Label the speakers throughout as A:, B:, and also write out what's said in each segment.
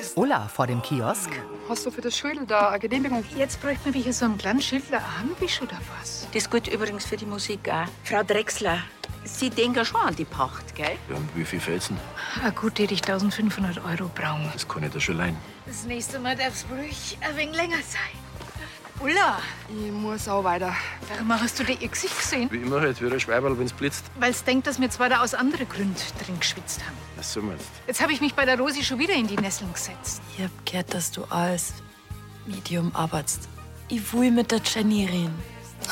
A: ist.
B: Ulla vor dem Kiosk.
A: Hast du für das Schüttel da eine Genehmigung?
C: Jetzt bräuchte man wieder so einen kleinen Schüttler Armbisch oder was?
D: Das gilt übrigens für die Musik auch. Frau Drechsler, Sie denken schon an die Pacht, gell?
E: Ja, und wie viel Felsen?
C: Ah, gut, hätte ich 1500 Euro brauchen.
E: Das kann ich da schon leihen.
C: Das nächste Mal darf's ruhig ein wenig länger sein. Ulla,
A: Ich muss auch weiter.
C: warum hast du dir ihr Gesicht gesehen?
E: Wie immer halt, wie ein Schweiberl, wenn's blitzt.
C: Weil's denkt, dass wir zwei da aus anderen Gründen drin geschwitzt haben.
E: Was soll man jetzt?
C: Jetzt habe ich mich bei der Rosi schon wieder in die Nesseln gesetzt.
F: Ich hab gehört, dass du als Medium arbeitest. Ich will mit der Jenny reden.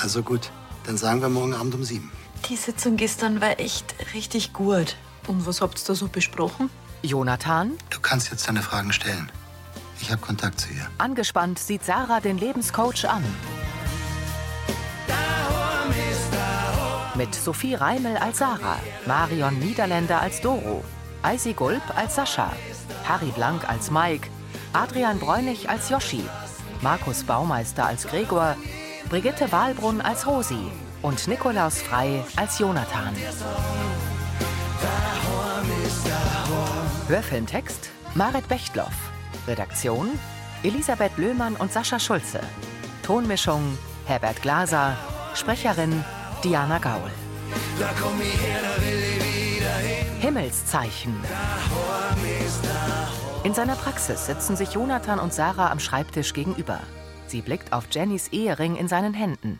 G: Also gut, dann sagen wir morgen Abend um sieben.
F: Die Sitzung gestern war echt richtig gut.
D: Und was habt ihr da so besprochen?
B: Jonathan.
G: Du kannst jetzt deine Fragen stellen. Ich habe Kontakt zu ihr.
B: Angespannt sieht Sarah den Lebenscoach an. Mit Sophie Reimel als Sarah, Marion Niederländer als Doro, Eisi Gulb als Sascha, Harry Blank als Mike, Adrian Bräunig als Joschi, Markus Baumeister als Gregor, Brigitte Wahlbrunn als Rosi und Nikolaus Frei als Jonathan. Hörfilmtext Marit Bechtloff. Redaktion Elisabeth Löhmann und Sascha Schulze. Tonmischung Herbert Glaser. Sprecherin Diana Gaul. Himmelszeichen. In seiner Praxis sitzen sich Jonathan und Sarah am Schreibtisch gegenüber. Sie blickt auf Jennys Ehering in seinen Händen.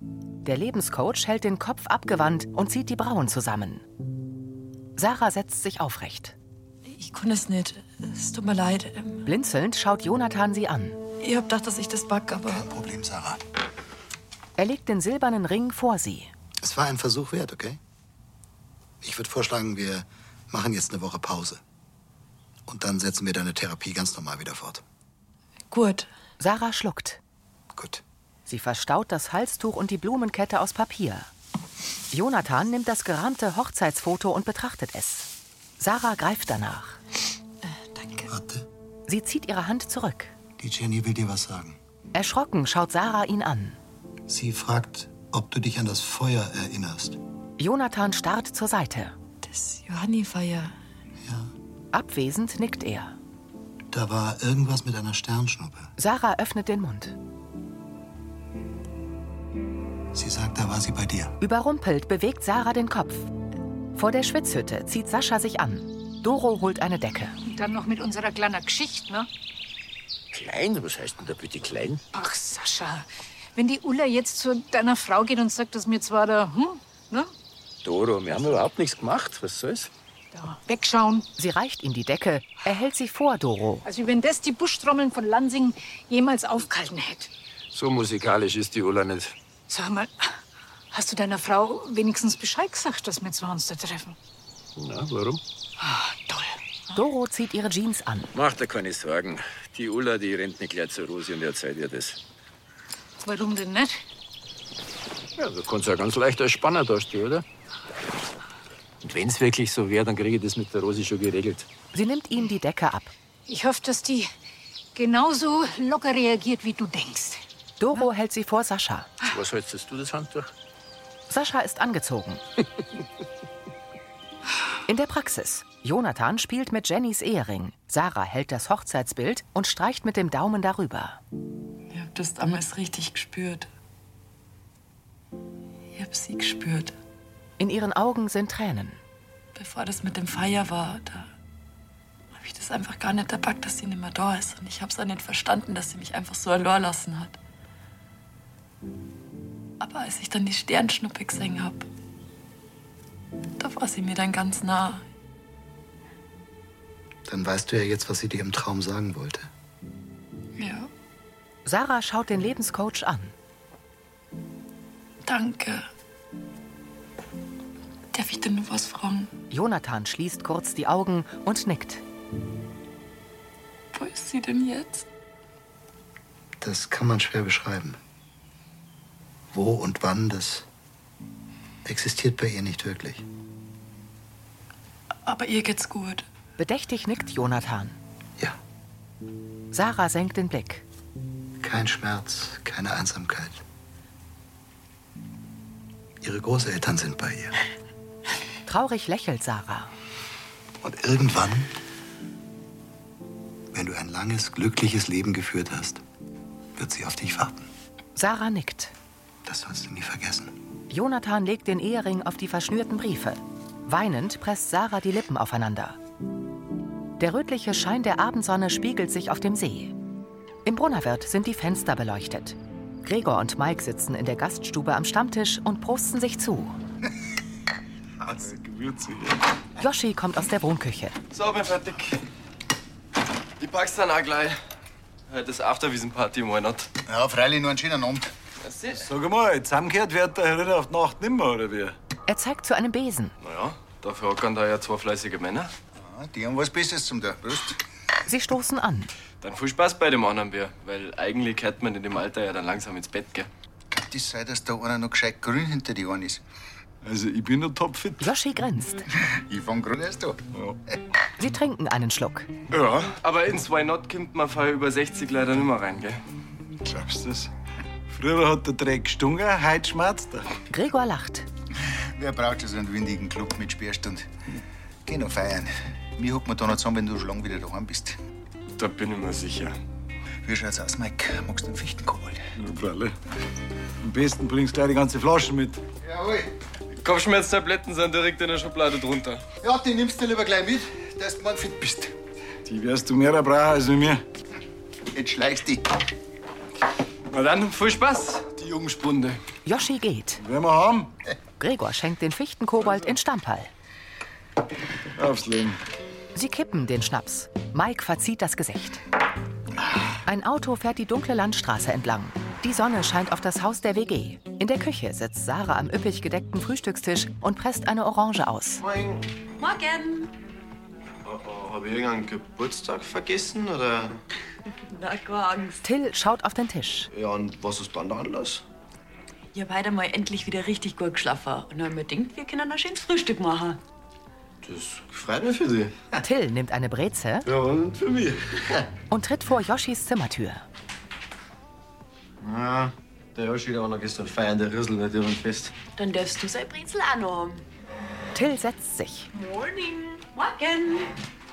B: Der Lebenscoach hält den Kopf abgewandt und zieht die Brauen zusammen. Sarah setzt sich aufrecht.
F: Ich konnte es nicht. Es tut mir leid. Ähm,
B: Blinzelnd schaut Jonathan sie an.
F: Ich hab gedacht, dass ich das back, aber
G: Kein Problem, Sarah.
B: Er legt den silbernen Ring vor sie.
G: Es war ein Versuch wert, okay? Ich würde vorschlagen, wir machen jetzt eine Woche Pause. Und dann setzen wir deine Therapie ganz normal wieder fort.
F: gut.
B: Sarah schluckt.
G: Gut.
B: Sie verstaut das Halstuch und die Blumenkette aus Papier. Jonathan nimmt das gerahmte Hochzeitsfoto und betrachtet es. Sarah greift danach.
F: Danke.
G: Warte,
B: Sie zieht ihre Hand zurück.
G: die Jenny will dir was sagen.
B: Erschrocken schaut Sarah ihn an.
G: Sie fragt, ob du dich an das Feuer erinnerst.
B: Jonathan starrt zur Seite.
F: Das Johanni-Feier.
B: Abwesend nickt er.
G: Da war irgendwas mit einer Sternschnuppe.
B: Sarah öffnet den Mund.
G: Sie sagt, da war sie bei dir.
B: Überrumpelt bewegt Sarah den Kopf. Vor der Schwitzhütte zieht Sascha sich an. Doro holt eine Decke.
C: Und dann noch mit unserer kleinen Geschichte, ne?
E: Klein? Was heißt denn da bitte klein?
C: Ach, Sascha, wenn die Ulla jetzt zu deiner Frau geht und sagt, dass mir zwar da, hm, ne?
E: Doro, wir haben überhaupt nichts gemacht. Was soll's?
C: Da, wegschauen.
B: Sie reicht ihm die Decke. Er hält sie vor Doro.
C: Also, wie wenn das die Buschtrommeln von Lansing jemals aufgehalten hätte.
E: So musikalisch ist die Ulla nicht.
C: Sag mal, hast du deiner Frau wenigstens Bescheid gesagt, dass wir zwar uns da treffen?
E: Na, warum?
C: Ah, toll.
B: Doro zieht ihre Jeans an.
E: Mach dir keine Sorgen. Die Ulla, die rennt nicht gleich zur Rosi und erzählt ihr das.
C: Warum denn nicht?
E: Ja, du kannst ja ganz leicht als Spanner dastehen, oder? Und wenn's wirklich so wäre, dann kriege ich das mit der Rosi schon geregelt.
B: Sie nimmt ihm die Decke ab.
C: Ich hoffe, dass die genauso locker reagiert, wie du denkst.
B: Doro hält sie vor Sascha.
E: Was hältst du das Handtuch?
B: Sascha ist angezogen. In der Praxis. Jonathan spielt mit Jennys Ehering. Sarah hält das Hochzeitsbild und streicht mit dem Daumen darüber.
F: Ich hab das damals richtig gespürt. Ich hab sie gespürt.
B: In ihren Augen sind Tränen.
F: Bevor das mit dem Feier war, da hab ich das einfach gar nicht erbackt, dass sie nicht mehr da ist. Und ich hab's auch nicht verstanden, dass sie mich einfach so allein lassen hat. Aber als ich dann die Sternschnuppe gesehen hab, da war sie mir dann ganz nah.
G: Dann weißt du ja jetzt, was sie dir im Traum sagen wollte.
F: Ja,
B: Sarah schaut den Lebenscoach an.
F: danke. Darf ich denn nur was fragen?
B: Jonathan schließt kurz die Augen und nickt.
F: Wo ist sie denn jetzt?
G: Das kann man schwer beschreiben. Wo und wann, das existiert bei ihr nicht wirklich.
F: Aber ihr geht's gut.
B: Bedächtig nickt Jonathan.
G: Ja,
B: Sarah senkt den Blick.
G: kein Schmerz, keine Einsamkeit. Ihre Großeltern sind bei ihr.
B: Traurig lächelt Sarah.
G: Und irgendwann Wenn du ein langes, glückliches Leben geführt hast, wird sie auf dich warten.
B: Sarah nickt.
G: Das sollst du nie vergessen.
B: Jonathan legt den Ehering auf die verschnürten Briefe. Weinend presst Sarah die Lippen aufeinander. Der rötliche Schein der Abendsonne spiegelt sich auf dem See. Im Brunnerwirt sind die Fenster beleuchtet. Gregor und Mike sitzen in der Gaststube am Stammtisch und prosten sich zu. Yoshi kommt aus der Wohnküche.
H: So, bin fertig. Ich pack's dann auch gleich. Heute ist Afterwiesen-Party im Monat.
I: Ja, freilich nur einen schönen Abend.
H: Sag mal, zusammengekehrt wird der Ritter auf die Nacht nimmer, oder wie?
B: Er zeigt zu einem Besen.
H: Naja, dafür hockern da ja zwei fleißige Männer.
I: Ja, Ah, die haben was Besseres zum Tun. Prost.
B: Sie stoßen an.
H: Dann viel Spaß bei dem anderen Bier, weil eigentlich kehrt man in dem Alter ja dann langsam ins Bett, gell?
I: Das sei, dass da einer noch gescheit grün hinter die Ohren ist.
H: Also, ich bin noch topfit.
B: Yoshi grinst.
I: Ich fang grün erst an.
B: Sie trinken einen Schluck.
H: Ja. Aber ins Why Not kommt man vorher über 60 leider nimmer rein, gell?
J: Glaubst du das? Früher hat der Dreck gestungen, heute schmerzt er.
B: Gregor lacht.
I: Wer braucht schon so einen windigen Club mit Sperrstund? Geh noch feiern. Mir hockt man da noch zusammen, wenn du schon lange wieder daheim bist.
H: Da bin ich mir sicher.
I: Wie schaut's aus, Mike? Magst du einen Fichtenkohl?
J: Na, Fralle. Am besten bringst du gleich die ganze Flasche mit.
I: Jawohl.
H: Kopfschmerztabletten sind direkt in der Schublade drunter.
I: Ja, die nimmst du lieber gleich mit, dass du morgen fit bist.
J: Die wirst du mehr brauchen als mit mir.
I: Jetzt schleichst dich.
H: Na dann, viel Spaß, die Jugendspunde.
B: Yoshi geht.
J: Wenn wir haben,
B: Gregor schenkt den Fichtenkobold in Stammball.
J: aufs Leben.
B: Sie kippen den Schnaps. Mike verzieht das Gesicht. Ein Auto fährt die dunkle Landstraße entlang. Die Sonne scheint auf das Haus der WG. In der Küche sitzt Sarah am üppig gedeckten Frühstückstisch und presst eine Orange aus.
H: Moin.
D: Morgen!
H: Oh, oh, hab ich irgendeinen Geburtstag vergessen, oder?
D: Na, keine Angst.
B: Till schaut auf den Tisch.
H: Ja, und was ist dann der Anlass?
D: Ich hab heute mal endlich wieder richtig gut geschlafen. Und dann hab ich mir gedacht, wir können ein schönes Frühstück machen.
H: Das freut mich für Sie.
B: Till nimmt eine Breze
H: Ja, und für mich.
B: und tritt vor Yoshis Zimmertür.
H: Ja, der Joshi, der war noch gestern feiern, der Rüssel nicht ihren Fest.
D: Dann darfst du sein Brezel auch noch haben.
B: Till setzt sich.
D: Morning! Morgen!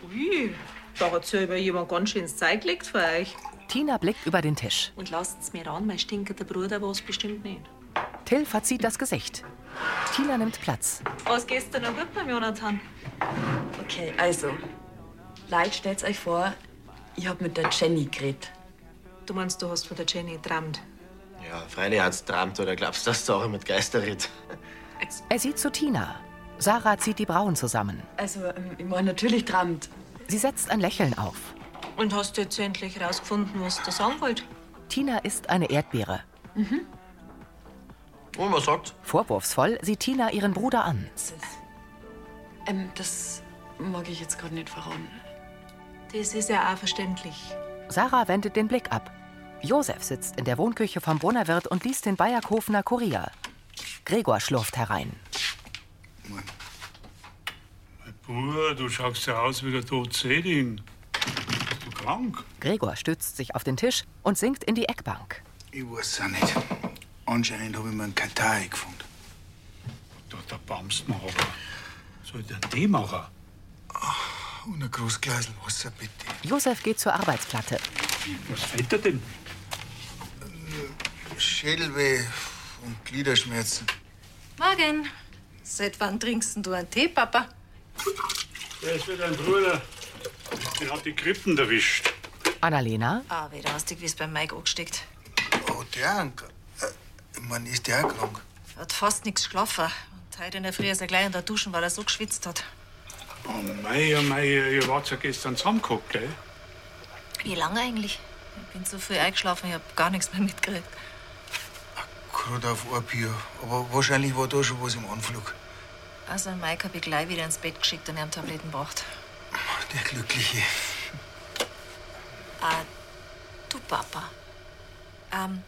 K: Ui, da hat sich ja immer jemand ganz schön Zeit gelegt für euch.
B: Tina blickt über den Tisch.
D: Und lasst's mir ran, mein stinkender Bruder was bestimmt nicht.
B: Till verzieht das Gesicht. Tina nimmt Platz.
K: Was gestern noch gut beim Jonathan?
D: Okay, also. Leute, stellt euch vor, ich hab mit der Jenny geredet.
K: Du meinst, du hast von der Jenny geträumt.
H: Ja, freilich hat's trammt, oder glaubst du, dass da auch mit Geister redet?
B: Er sieht zu Tina. Sarah zieht die Brauen zusammen.
D: Also, ähm, ich meine, natürlich trammt.
B: Sie setzt ein Lächeln auf.
K: Und hast jetzt endlich rausgefunden, was du sagen wollt?
B: Tina isst eine Erdbeere.
H: Mhm. Und was sagt?
B: Vorwurfsvoll sieht Tina ihren Bruder an.
D: Ähm, das mag ich jetzt gerade nicht verraten.
K: Das ist ja auch verständlich.
B: Sarah wendet den Blick ab. Josef sitzt in der Wohnküche vom Brunnerwirt und liest den Bayerkofener Kurier. Gregor schlurft herein.
J: Bruder, du schaust ja aus wie der Todseeling. Bist du krank?
B: Gregor stützt sich auf den Tisch und sinkt in die Eckbank.
I: Ich weiß auch nicht. Anscheinend habe ich mir einen Katar gefunden.
J: Da, da bamst man aber. Soll der Tee machen?
I: Und ein großes Glas Wasser, bitte.
B: Josef geht zur Arbeitsplatte.
J: Was fällt dir denn?
I: Schädelweh und Gliederschmerzen.
L: Morgen. Seit wann trinkst denn du einen Tee, Papa?
J: Der ist wieder ein Bruder. Der hat die Krippen erwischt.
B: Annalena,
L: Ah, wie rastig, wie es bei Mike angesteckt.
I: Oh, der Anker. Äh, ich meine, ist der auch krank?
L: Hat fast nichts geschlafen. Und heute in der Früh ist er gleich in der Dusche, weil er so geschwitzt hat.
J: Oh mei, oh mei, ihr wart ja gestern zusammengeguckt, gell?
L: Wie lange eigentlich? Ich bin so früh eingeschlafen, ich hab gar nichts mehr mitgekriegt.
I: Gerade auf ein Bier. Aber wahrscheinlich war da schon was im Anflug.
L: Also, den Mike hab ich gleich wieder ins Bett geschickt und ihm Tabletten gebracht.
I: Der Glückliche.
L: Ah, du Papa. Ähm,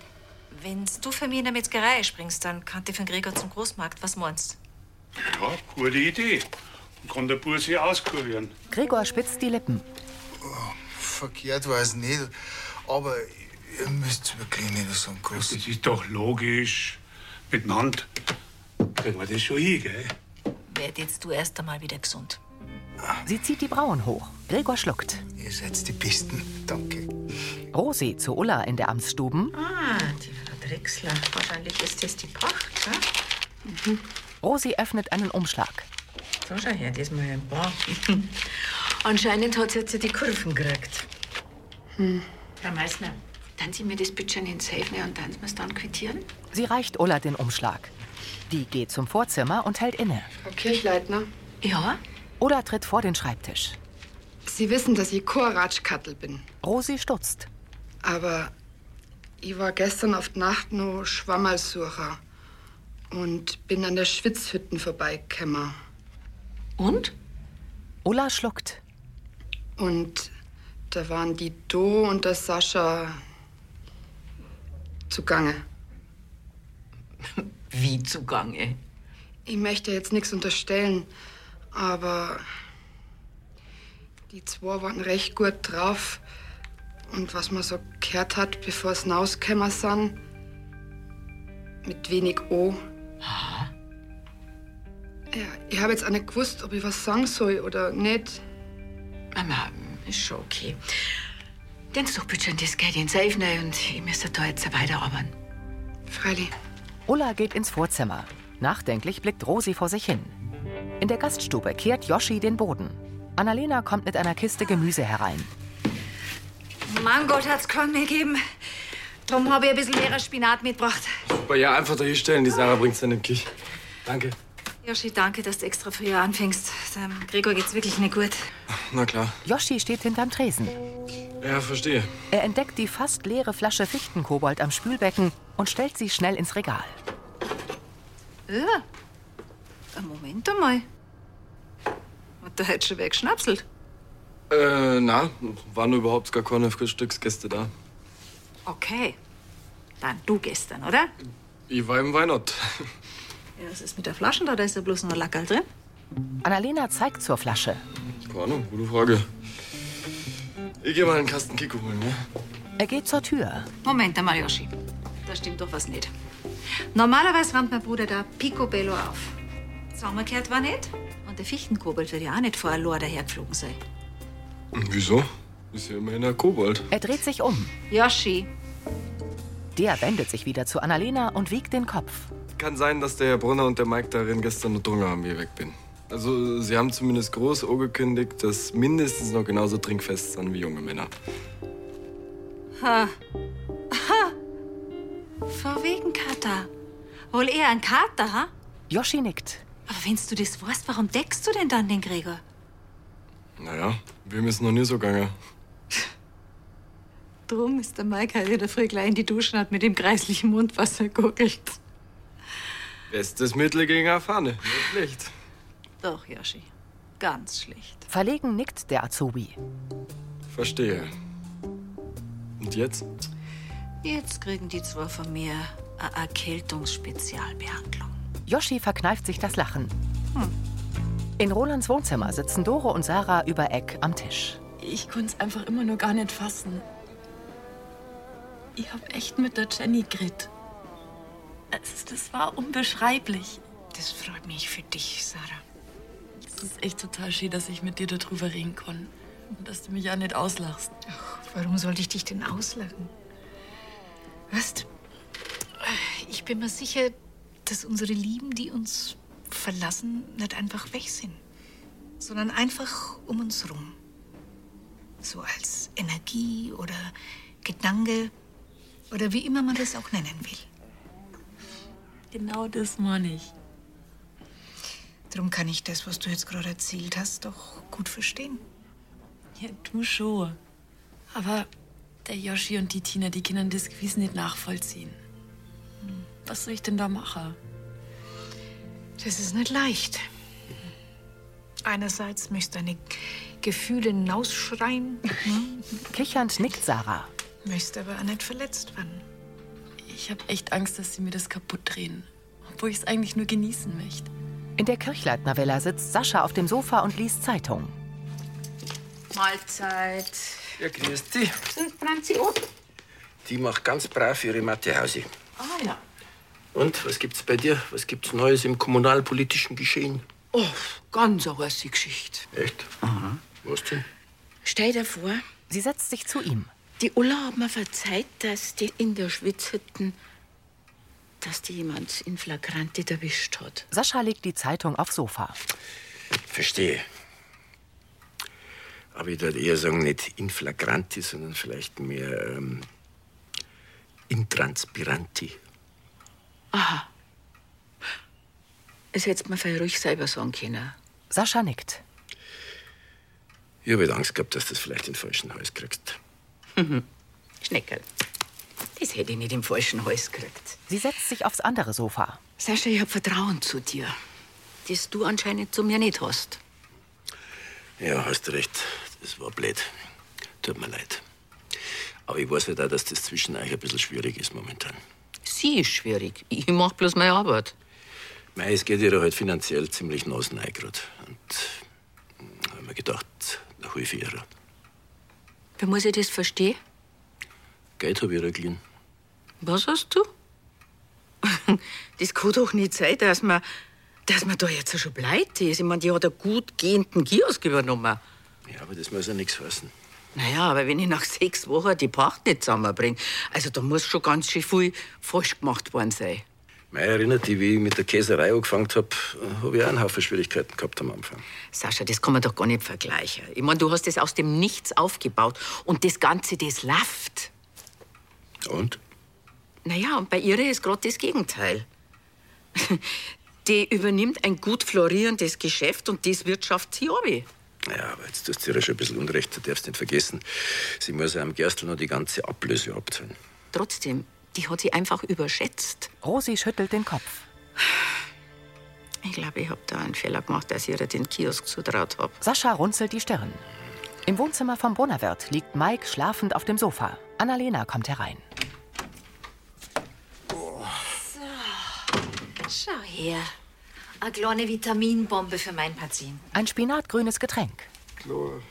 L: wenn du für mich in der Metzgerei springst, dann kann ich von Gregor zum Großmarkt. Was meinst
J: Ja, gute Idee. Dann kann der Bur sich auskurieren.
B: Gregor spitzt die Lippen.
I: Verkehrt war es nicht. Aber ihr müsst wirklich nicht so einen
J: Das
I: großen.
J: ist doch logisch. Miteinander kriegen wir das schon hin, gell?
L: Werd jetzt du erst einmal wieder gesund.
B: Sie zieht die Brauen hoch. Gregor schluckt.
I: Ihr seid die Pisten. Danke.
B: Rosi zu Ulla in der Amtsstuben.
M: Ah, die Frau Drechsler. Wahrscheinlich ist das die Pacht, gell?
B: Rosi öffnet einen Umschlag.
M: So,
D: Ah
M: schau her, diesmal ein paar. Anscheinend hat sie jetzt die Kurven gekriegt. Hm. Herr Meißner, dann Sie mir das bitte schön in den Safe nehmen und dann Sie mir's dann quittieren?
B: Sie reicht Ulla den Umschlag. Die geht zum Vorzimmer und hält inne.
A: Frau Kirchleitner.
B: Ja? Ulla tritt vor den Schreibtisch.
A: Sie wissen, dass ich Chorratschkattel bin.
B: Rosi stutzt.
A: Aber ich war gestern auf die Nacht noch Schwammersucher und bin an der Schwitzhütten vorbeigekommen.
M: Und?
B: Ulla schluckt.
A: Und da waren die Do und der Sascha zugange.
M: Wie zugange?
A: Ich möchte jetzt nichts unterstellen, aber die zwei waren recht gut drauf. Und was man so gehört hat, bevor es rausgekommen sind, mit wenig O. Ja, ich habe jetzt auch nicht gewusst, ob ich was sagen soll oder nicht.
M: Mama, ist schon okay. Denn doch bitte schön das Geld in den Safe rein und ich müsste da jetzt weiterarbeiten.
A: Freilich.
B: Ulla geht ins Vorzimmer. Nachdenklich blickt Rosi vor sich hin. In der Gaststube kehrt Joschi den Boden. Annalena kommt mit einer Kiste Gemüse herein.
L: Mein Gott hat's keinen mehr gegeben. Drum habe ich ein bisschen leerer Spinat mitgebracht.
H: Super, ja, einfach dahinstellen. Die Sarah bringt's dann nämlich. Danke.
L: Joschi, danke, dass du extra früher anfängst. Dem Gregor geht's wirklich nicht gut.
H: Na klar.
B: Joschi steht hinterm Tresen.
H: Ja, verstehe.
B: Er entdeckt die fast leere Flasche Fichtenkobold am Spülbecken und stellt sie schnell ins Regal.
L: Ja. Ein Moment einmal. Hat der heute schon weggeschnapselt?
H: Äh, na, waren überhaupt gar keine Frühstücksgäste da.
L: Okay. Dann du gestern, oder?
H: Ich war im Weihnacht.
L: Ja, was ist mit der Flasche da? Da ist ja bloß nur Lackerl drin.
B: Annalena zeigt zur Flasche.
H: Keine Ahnung, gute Frage. Ich geh mal einen Kasten Kick holen, ne?
B: Er geht zur Tür.
L: Moment einmal, Joschi. Da stimmt doch was nicht. Normalerweise rammt mein Bruder da Picobello auf. Sommerkehrt war nicht. Und der Fichtenkobold wird ja auch nicht vor Alor dahergeflogen sein.
H: Wieso? Ist ja immerhin ein Kobold.
B: Er dreht sich um.
L: Joschi.
B: Der wendet sich wieder zu Annalena und wiegt den Kopf.
H: Kann sein, dass der Herr Brunner und der Mike darin gestern noch drungen haben, wie ich weg bin. Also, sie haben zumindest groß angekündigt, dass mindestens noch genauso trinkfest sind wie junge Männer.
L: Ha. Ha. Vor wegen Kater. Hol eher einen Kater, ha?
B: Joschi nickt.
L: Aber wenn du das weißt, warum deckst du denn dann den Gregor?
H: Naja, wem ist noch nie so gegangen?
C: Drum ist der Mike heute in der Früh gleich in die Dusche und hat mit dem kreislichen Mundwasser gurgelt.
H: Bestes Mittel gegen eine Fahne. Nicht schlecht.
C: Doch, Joschi. Ganz schlecht.
B: Verlegen nickt der Azubi.
H: Verstehe. Und jetzt?
L: Jetzt kriegen die zwei von mir eine Erkältungsspezialbehandlung.
B: Joschi verkneift sich das Lachen. In Rolands Wohnzimmer sitzen Doro und Sarah über Eck am Tisch.
F: Ich konnte es einfach immer nur gar nicht fassen. Ich hab echt mit der Jenny geredet. Es, ist- das war unbeschreiblich. Das freut mich für dich, Sarah. Es ist echt total schön, dass ich mit dir darüber reden kann. Und dass du mich auch nicht auslachst.
C: Warum sollte ich dich denn auslachen? Weißt, ich bin mir sicher, dass unsere Lieben, die uns verlassen, nicht einfach weg sind, sondern einfach um uns rum. So als Energie oder Gedanke oder wie immer man das auch nennen will.
F: Genau das meine ich.
C: Darum kann ich das, was du jetzt gerade erzählt hast, doch gut verstehen.
F: Ja, du schon. Aber der Yoshi und die Tina, die können das gewiss nicht nachvollziehen. Hm, Was soll ich denn da machen?
C: Das ist nicht leicht. Einerseits möchtest du deine Gefühle hinausschreien, ne?
B: Kichernd nickt Sarah.
C: möchtest aber auch nicht verletzt werden.
F: Ich habe echt Angst, dass sie mir das kaputt drehen. Obwohl ich es eigentlich nur genießen möchte.
B: In der Kirchleitner Villa sitzt Sascha auf dem Sofa und liest Zeitung.
M: Mahlzeit.
N: Ja, grüß dich.
M: Sind Franzi oben?
N: Die macht ganz brav ihre Mathehause.
M: Ah ja.
N: Und was gibt's bei dir? Was gibt's Neues im kommunalpolitischen Geschehen?
M: Oh, ganz eine heiße Geschichte.
N: Echt? Was denn?
M: Stell dir vor.
B: Sie setzt sich zu ihm.
M: Die Ulla hat mir verzeiht, dass die in der Schweiz hätten, dass die jemand in Flagranti erwischt hat.
B: Sascha legt die Zeitung aufs Sofa.
N: Verstehe. Aber ich würde eher sagen, nicht in flagranti, sondern vielleicht mehr ähm, intranspiranti.
M: Aha. Das hättest mir mir ruhig selber sagen können.
B: Sascha nickt.
N: Ich habe halt Angst gehabt, dass du das vielleicht in den falschen Hals kriegst.
M: Schneckerl. Das hätte ich nicht im falschen Hals gekriegt.
B: Sie setzt sich aufs andere Sofa.
M: Sascha, ich hab Vertrauen zu dir. Das du anscheinend zu mir nicht hast.
N: Ja, hast recht. Das war blöd. Tut mir leid. Aber ich weiß halt auch, dass das zwischen euch ein bisschen schwierig ist momentan.
M: Sie ist schwierig. Ich mach bloß meine Arbeit.
N: Mei, es geht ihr halt finanziell ziemlich nasenrein gerade. Und äh, hab mir gedacht, da hol ich für ihre.
M: Wie muss ich das verstehen?
N: Geld hab ich ihr geliehen.
M: Was hast du? Das kann doch nicht sein, dass man, dass man da jetzt schon pleite ist. Ich meine, die hat einen gut gehenden Kiosk übernommen.
N: Ja, aber das muss ja nichts heißen.
M: Naja, aber wenn ich nach sechs Wochen die Pacht nicht zusammenbringe, also da muss schon ganz schön viel falsch gemacht worden sein.
N: Mei, erinnert dich, wie ich mit der Käserei angefangen hab, hab ich auch einen Haufen Schwierigkeiten gehabt am Anfang.
M: Sascha, das kann man doch gar nicht vergleichen. Ich meine, du hast das aus dem Nichts aufgebaut und das Ganze, das läuft.
N: Und?
M: Naja, und bei ihr ist gerade das Gegenteil. Die übernimmt ein gut florierendes Geschäft und das wirtschaftet sie ab.
N: Ja, aber jetzt tust du dir schon ein bisschen Unrecht, du darfst nicht vergessen. Sie muss ja am Gerstl noch die ganze Ablöse abzahlen.
M: Trotzdem, die hat sie einfach überschätzt.
B: Rosi schüttelt den Kopf.
M: Ich glaube, ich habe da einen Fehler gemacht, dass ich ihr den Kiosk zutraut habe.
B: Sascha runzelt die Stirn. Im Wohnzimmer vom Brunnerwirt liegt Mike schlafend auf dem Sofa. Annalena kommt herein.
L: So, schau her. Eine kleine Vitaminbombe für mein Patient.
B: Ein spinatgrünes Getränk.
O: Klar.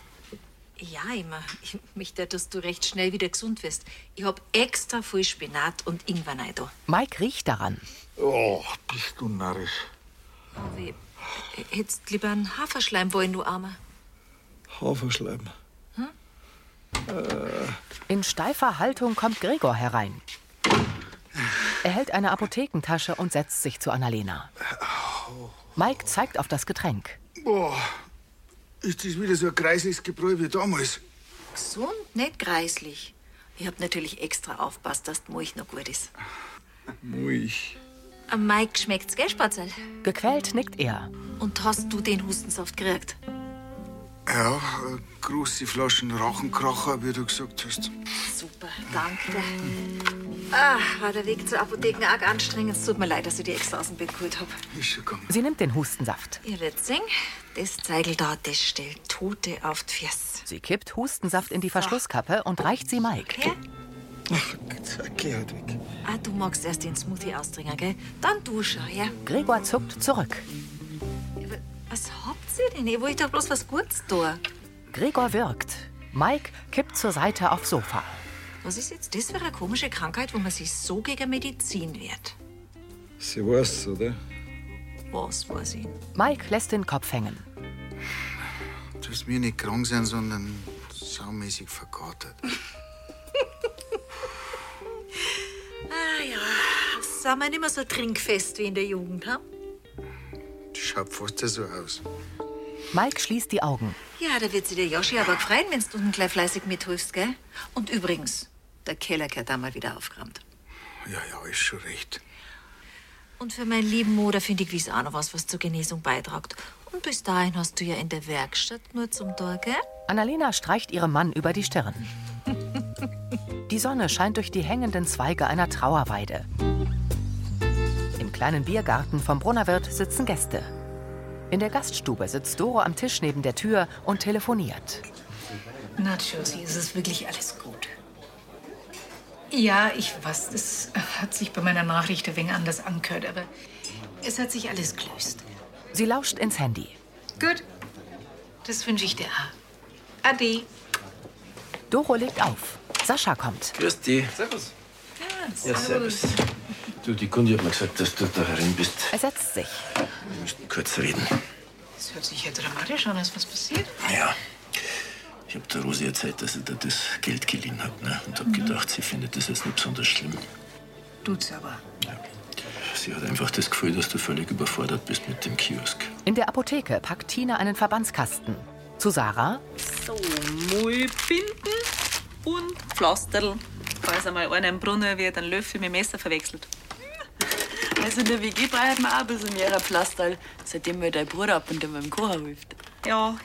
L: Ja, immer. Ich möchte, dass du recht schnell wieder gesund wirst. Ich hab extra viel Spinat und Ingwer rein da.
B: Mike riecht daran.
L: Oh.
B: Bist du narrisch?
L: Hättest lieber einen Haferschleim wollen, du Armer.
O: Haferschleim.
B: In steifer Haltung kommt Gregor herein. Er hält eine Apothekentasche und setzt sich zu Annalena. Mike zeigt auf das Getränk.
I: Boah, ist das wieder so ein kreisliches Gebräu wie damals?
L: Gesund, nicht greislich. Ich hab natürlich extra aufpasst, dass die Milch noch gut ist.
O: Muich.
L: Am Mike schmeckt's, gell, Spatzel?
B: Gequält nickt er.
L: Und hast du den Hustensaft gekriegt?
I: Ja, äh, große Flaschen Rachenkracher, wie du gesagt hast.
L: Super, danke. Ah, war der Weg zur Apotheke arg anstrengend. Es tut mir leid, dass ich die extra aus dem Bett geholt hab.
I: Ist schon gegangen.
B: Sie nimmt den Hustensaft.
L: Ihr werdet sehen, das Zeigel da, das stellt Tote auf die Füße.
B: Sie kippt Hustensaft in die Verschlusskappe und reicht sie Mike.
I: Geh halt weg.
L: Ah, du magst erst den Smoothie ausdringen, gell? Dann du schon, ja?
B: Gregor zuckt zurück.
L: Was habt ihr denn? Ich wollte doch bloß was Gutes tun.
B: Gregor wirkt. Mike kippt zur Seite aufs Sofa.
L: Was ist jetzt das für eine komische Krankheit, wo man sich so gegen Medizin wehrt?
O: Sie weiß, oder?
L: Was weiß ich?
B: Mike lässt den Kopf hängen.
I: Dass wir nicht krank sind, sondern saumäßig verkatert.
L: Ah ja, sind wir nicht mehr so trinkfest wie in der Jugend, ha?
I: Das schaut fast so aus.
B: Mike schließt die Augen.
L: Ja, da wird sich der Joschi aber freuen, wenn du unten gleich fleißig mithilfst, gell? Und übrigens, der Keller gehört einmal wieder aufgeräumt.
I: Ja, ja, ist schon recht.
L: Und für meinen lieben Moder finde ich gewiss auch noch was, was zur Genesung beitragt. Und bis dahin hast du ja in der Werkstatt nur zum Tor, gell?
B: Annalena streicht ihrem Mann über die Stirn. Die Sonne scheint durch die hängenden Zweige einer Trauerweide. Im kleinen Biergarten vom Brunnerwirt sitzen Gäste. In der Gaststube sitzt Doro am Tisch neben der Tür und telefoniert.
C: Na, Josie, es ist wirklich alles gut. Ja, ich weiß, es hat sich bei meiner Nachricht ein wenig anders angehört, aber es hat sich alles gelöst.
B: Sie lauscht ins Handy.
C: Gut. Das wünsche ich dir auch. Ade.
B: Doro legt auf. Sascha kommt.
N: Grüß dich. Servus. Ja, servus. Du, die Kundi hat mir gesagt, dass du da herin bist.
B: Er setzt sich.
N: Wir müssen kurz reden.
C: Das hört sich ja dramatisch an, als was passiert.
N: Ja. Ich habe der Rosi erzählt, dass ich dir das Geld geliehen habe. Ne? Und habe
C: Mhm.
N: gedacht, sie findet das jetzt nicht besonders schlimm.
C: Tut's aber.
N: Sie hat einfach das Gefühl, dass du völlig überfordert bist mit dem Kiosk.
B: In der Apotheke packt Tina einen Verbandskasten. Zu Sarah.
K: So, Mullbinden und Pflasterl. Falls einmal einer im Brunnen wird, einen Löffel mit Messer verwechselt.
D: Also in der WG braucht man auch ein bisschen mehr Plastal, seitdem mir dein Bruder ab und an beim Kochen hilft.
K: Ja,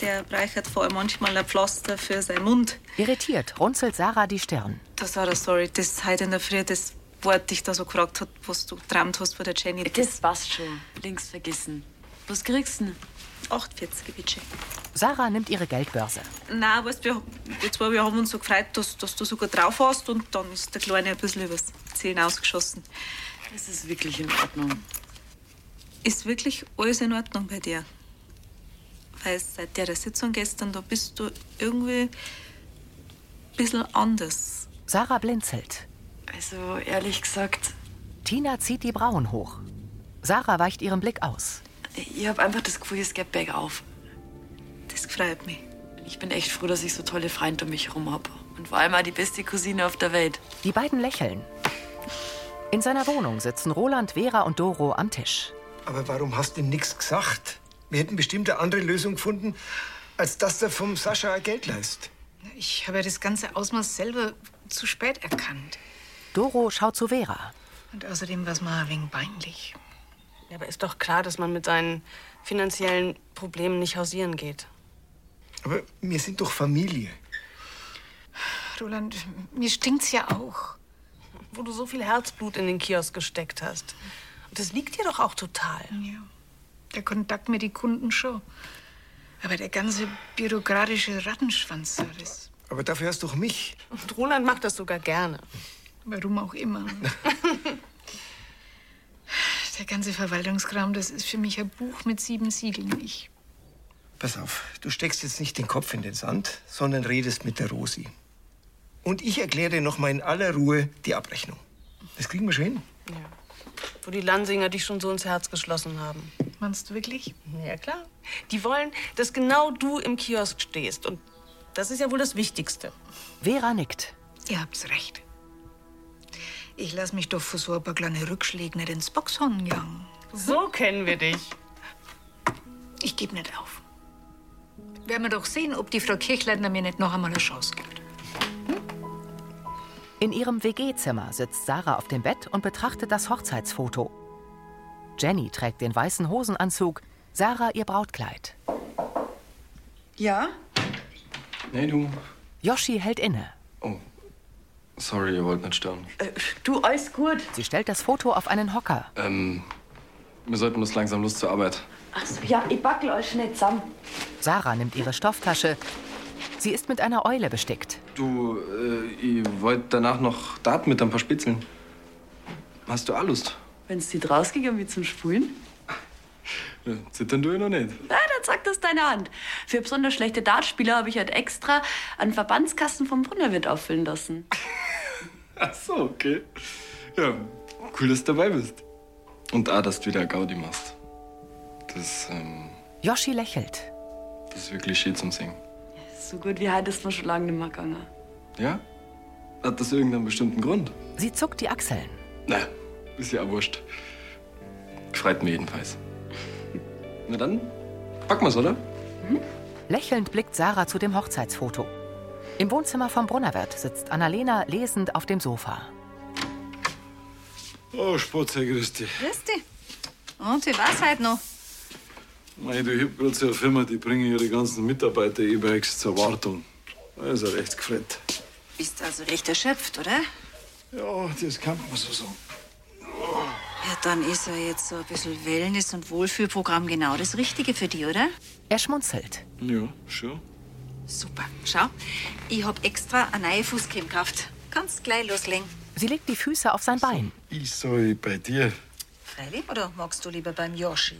K: der breichert vorher manchmal ein Pflaster für seinen Mund.
B: Irritiert runzelt Sarah die Stirn.
K: Das war das, sorry, das heute in der Früh, das Wort dich da so gefragt hat, was du geträumt hast von der Jenny. Das war's schon. Links vergessen. Was kriegst du denn? 48, bitte.
B: Sarah nimmt ihre Geldbörse.
K: Nein, weißt, wir, wir zwei wir haben uns so gefreut, dass, dass du so gut drauf hast und dann ist der Kleine ein bisschen übers Ziel hinausgeschossen. Das ist wirklich in Ordnung. Ist wirklich alles in Ordnung bei dir? Weil seit der Sitzung gestern, da bist du irgendwie ein bisschen anders.
B: Sarah blinzelt.
D: Also ehrlich gesagt,
B: Tina zieht die Brauen hoch. Sarah weicht ihren Blick aus.
D: ich habe einfach das Gefühl, es geht bergauf.
K: Das freut mich.
D: Ich bin echt froh, dass ich so tolle Freunde um mich herum habe. Und vor allem auch die beste Cousine auf der Welt.
B: Die beiden lächeln. In seiner Wohnung sitzen Roland, Vera und Doro am Tisch.
P: Aber warum hast du ihm nichts gesagt? Wir hätten bestimmt eine andere Lösung gefunden, als dass der vom Sascha Geld leist.
C: Ich habe ja das ganze Ausmaß selber zu spät erkannt.
B: Doro schaut zu Vera.
C: Und außerdem war es mir ein wenig peinlich.
Q: Ja, aber ist doch klar, dass man mit seinen finanziellen Problemen nicht hausieren geht.
P: Aber wir sind doch Familie.
Q: Roland, mir stinkt's ja auch. Wo du so viel Herzblut in den Kiosk gesteckt hast. Und das liegt dir doch auch total.
C: Ja. Der Kontakt mit den Kunden schon. Aber der ganze bürokratische Rattenschwanz, so, das.
P: Aber dafür hast du doch mich.
Q: Und Roland macht das sogar gerne.
C: Warum auch immer. der ganze Verwaltungskram, das ist für mich ein Buch mit sieben Siegeln. Ich,
P: Pass auf, du steckst jetzt nicht den Kopf in den Sand, sondern redest mit der Rosi. Und ich erkläre dir noch mal in aller Ruhe die Abrechnung. Das kriegen wir schon hin.
Q: Wo die Lansinger dich schon so ins Herz geschlossen haben.
C: Meinst du wirklich?
Q: Ja, klar. Die wollen, dass genau du im Kiosk stehst. Und das ist ja wohl das Wichtigste.
B: Vera nickt.
C: ihr habt's recht. Ich lass mich doch für so ein paar kleine Rückschläge nicht ins Boxhorn jagen.
Q: So kennen wir dich.
C: Ich geb nicht auf. Werden wir doch sehen, ob die Frau Kirchleitner mir nicht noch einmal eine Chance gibt.
B: In ihrem WG-Zimmer sitzt Sarah auf dem Bett und betrachtet das Hochzeitsfoto. Jenny trägt den weißen Hosenanzug, Sarah ihr Brautkleid.
D: Ja?
H: Nee, du.
B: Yoshi hält inne.
H: Sorry, ihr wollt nicht stören.
B: Du, alles gut. Sie stellt das Foto auf einen Hocker.
H: Ähm, wir sollten uns langsam los zur Arbeit.
D: Ach so, ja, ich backel euch schnell zusammen.
B: Sarah nimmt ihre Stofftasche. Sie ist mit einer Eule bestickt.
H: Du, äh, ich wollt danach noch Dart mit ein paar Spitzeln. Hast du auch Lust?
D: Wenn's die rausgegangen wie zum Spulen?
H: Ja, zittern du ja noch nicht.
D: Ah, dann sagt das deine Hand. Für besonders schlechte Dartspieler habe ich halt extra einen Verbandskasten vom Brunnerwirt auffüllen lassen.
H: Ach so, okay. Ja, cool, dass du dabei bist. Und auch, dass du wieder Gaudi machst. Das, ähm,
B: Yoshi lächelt.
H: das ist wirklich schön zum Singen.
D: So gut wie heute ist man schon lange nicht mehr gegangen.
H: Ja? Hat das irgendeinen bestimmten Grund?
B: Sie zuckt die Achseln.
H: Na, ist ja auch wurscht. Freut mich jedenfalls. Na dann, packen wir's, oder?
B: Lächelnd blickt Sarah zu dem Hochzeitsfoto. Im Wohnzimmer vom Brunnerwirt sitzt Annalena lesend auf dem Sofa.
E: Oh, Spotze, grüß dich.
L: Grüß dich. Und wie war's heute noch?
E: Mei, du, ich hab grad so eine Firma, die bringen ihre ganzen Mitarbeiter-E-Bikes zur Wartung. Da ist er recht gefreut.
L: Bist also recht erschöpft, oder?
E: Ja, das kann man so sagen.
L: Ja, dann ist ja jetzt so ein bisschen Wellness- und Wohlfühlprogramm genau das Richtige für dich, oder?
B: Er schmunzelt.
E: Ja, schon.
L: Super. Schau, ich hab extra eine neue Fußcreme gekauft. Kannst gleich loslegen.
B: Sie legt die Füße auf sein Bein.
E: Ich soll bei dir.
L: Freilich, oder magst du lieber beim Yoshi?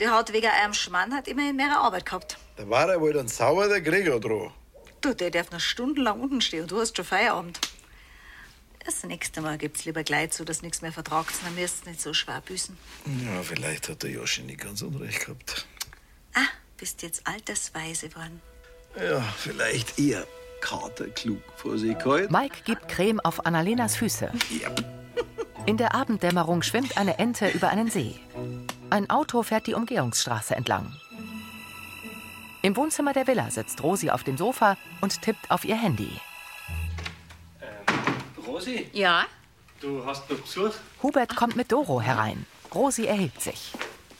L: Der hat wegen einem Schmann hat immerhin mehr Arbeit gehabt.
R: Da war er wohl dann sauer, der Gregor dran.
L: Du, der darf noch stundenlang unten stehen und du hast schon Feierabend. Das nächste Mal gibt's lieber gleich zu, dass nichts mehr vertragt, dann wirst du nicht so schwer büßen.
R: Ja, vielleicht hat der Joschi nicht ganz unrecht gehabt.
L: Ah,
S: bist jetzt altersweise geworden.
N: Ja, vielleicht eher katerklug vor sich gehalten.
B: Mike gibt Creme auf Annalenas Füße. In der Abenddämmerung schwimmt eine Ente über einen See. Ein Auto fährt die Umgehungsstraße entlang. Im Wohnzimmer der Villa sitzt Rosi auf dem Sofa und tippt auf ihr Handy.
T: Ähm, Rosi?
S: Ja?
T: Du hast noch Besuch?
B: Hubert kommt mit Doro herein. Rosi erhebt sich.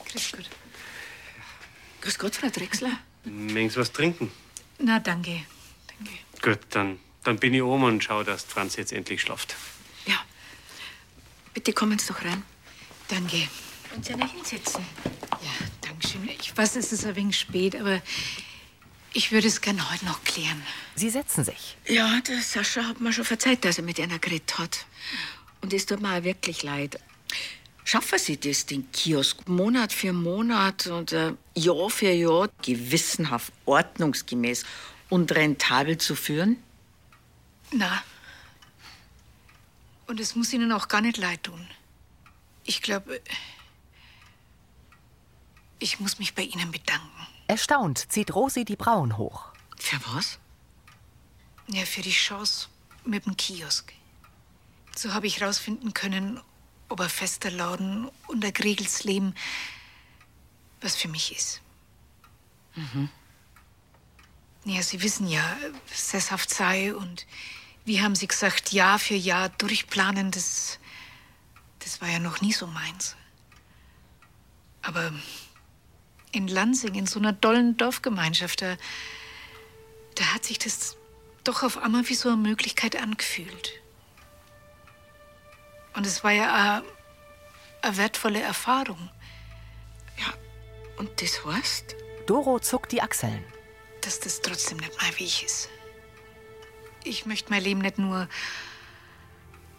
C: Grüß Gott.
M: Grüß Gott, Frau Drechsler.
T: Mengs was trinken?
C: Na, danke.
T: Gut, dann, dann bin ich oben und schau, dass Franz jetzt endlich schlaft.
C: Bitte kommen Sie doch rein. Danke. Und Sie nicht hinsetzen. Ja, Dankeschön. Ich weiß, es ist ein wenig spät, aber ich würde es gern heute noch klären.
B: Sie setzen sich.
M: Ja, der Sascha hat mir schon verzeiht, dass er mit einer geredet hat. Und es tut mir auch wirklich leid. Schaffen Sie das, den Kiosk, Monat für Monat und äh, Jahr für Jahr gewissenhaft, ordnungsgemäß und rentabel zu führen?
C: Na. Und es muss Ihnen auch gar nicht leid tun. Ich glaube, ich muss mich bei Ihnen bedanken.
B: Erstaunt zieht Rosi die Brauen hoch.
M: Für was?
C: Ja, für die Chance mit dem Kiosk. So habe ich herausfinden können, ob ein fester Laden und ein geregeltes Leben was für mich ist.
M: Mhm.
C: Ja, Sie wissen ja, sesshaft sei und wie haben Sie gesagt, Jahr für Jahr durchplanen, das, das war ja noch nie so meins. Aber in Lansing, in so einer dollen Dorfgemeinschaft, da, da hat sich das doch auf einmal wie so eine Möglichkeit angefühlt. Und es war ja eine, eine wertvolle Erfahrung.
M: Und das heißt,
B: Doro zuckt die Achseln.
C: dass das trotzdem nicht mein Weg ist. Ich möchte mein Leben nicht nur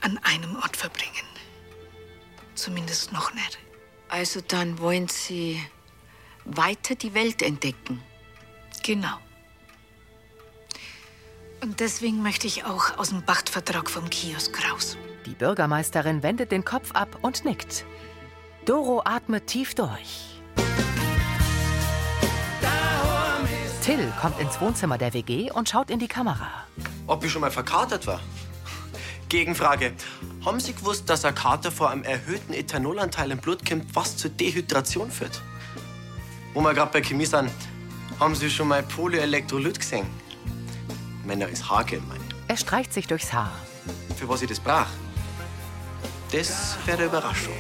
C: an einem Ort verbringen. Zumindest noch nicht.
M: also dann wollen Sie weiter die Welt entdecken.
C: Genau. Und deswegen möchte ich auch aus dem Pachtvertrag vom Kiosk raus.
B: Die Bürgermeisterin wendet den Kopf ab und nickt. Doro atmet tief durch. Till kommt ins Wohnzimmer der WG und schaut in die Kamera.
U: Ob ich schon mal verkatert war? Gegenfrage. Haben Sie gewusst, dass ein Kater vor einem erhöhten Ethanolanteil im Blut kommt, was zur Dehydration führt? Wo wir gerade bei Chemie sind, haben Sie schon mal Polyoelektrolyt gesehen? Männer ist Hagel, mein.
B: Er streicht sich durchs Haar.
U: Für was ich das brach? Das wäre eine Überraschung.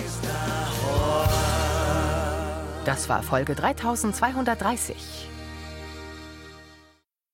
B: Das war Folge 3230.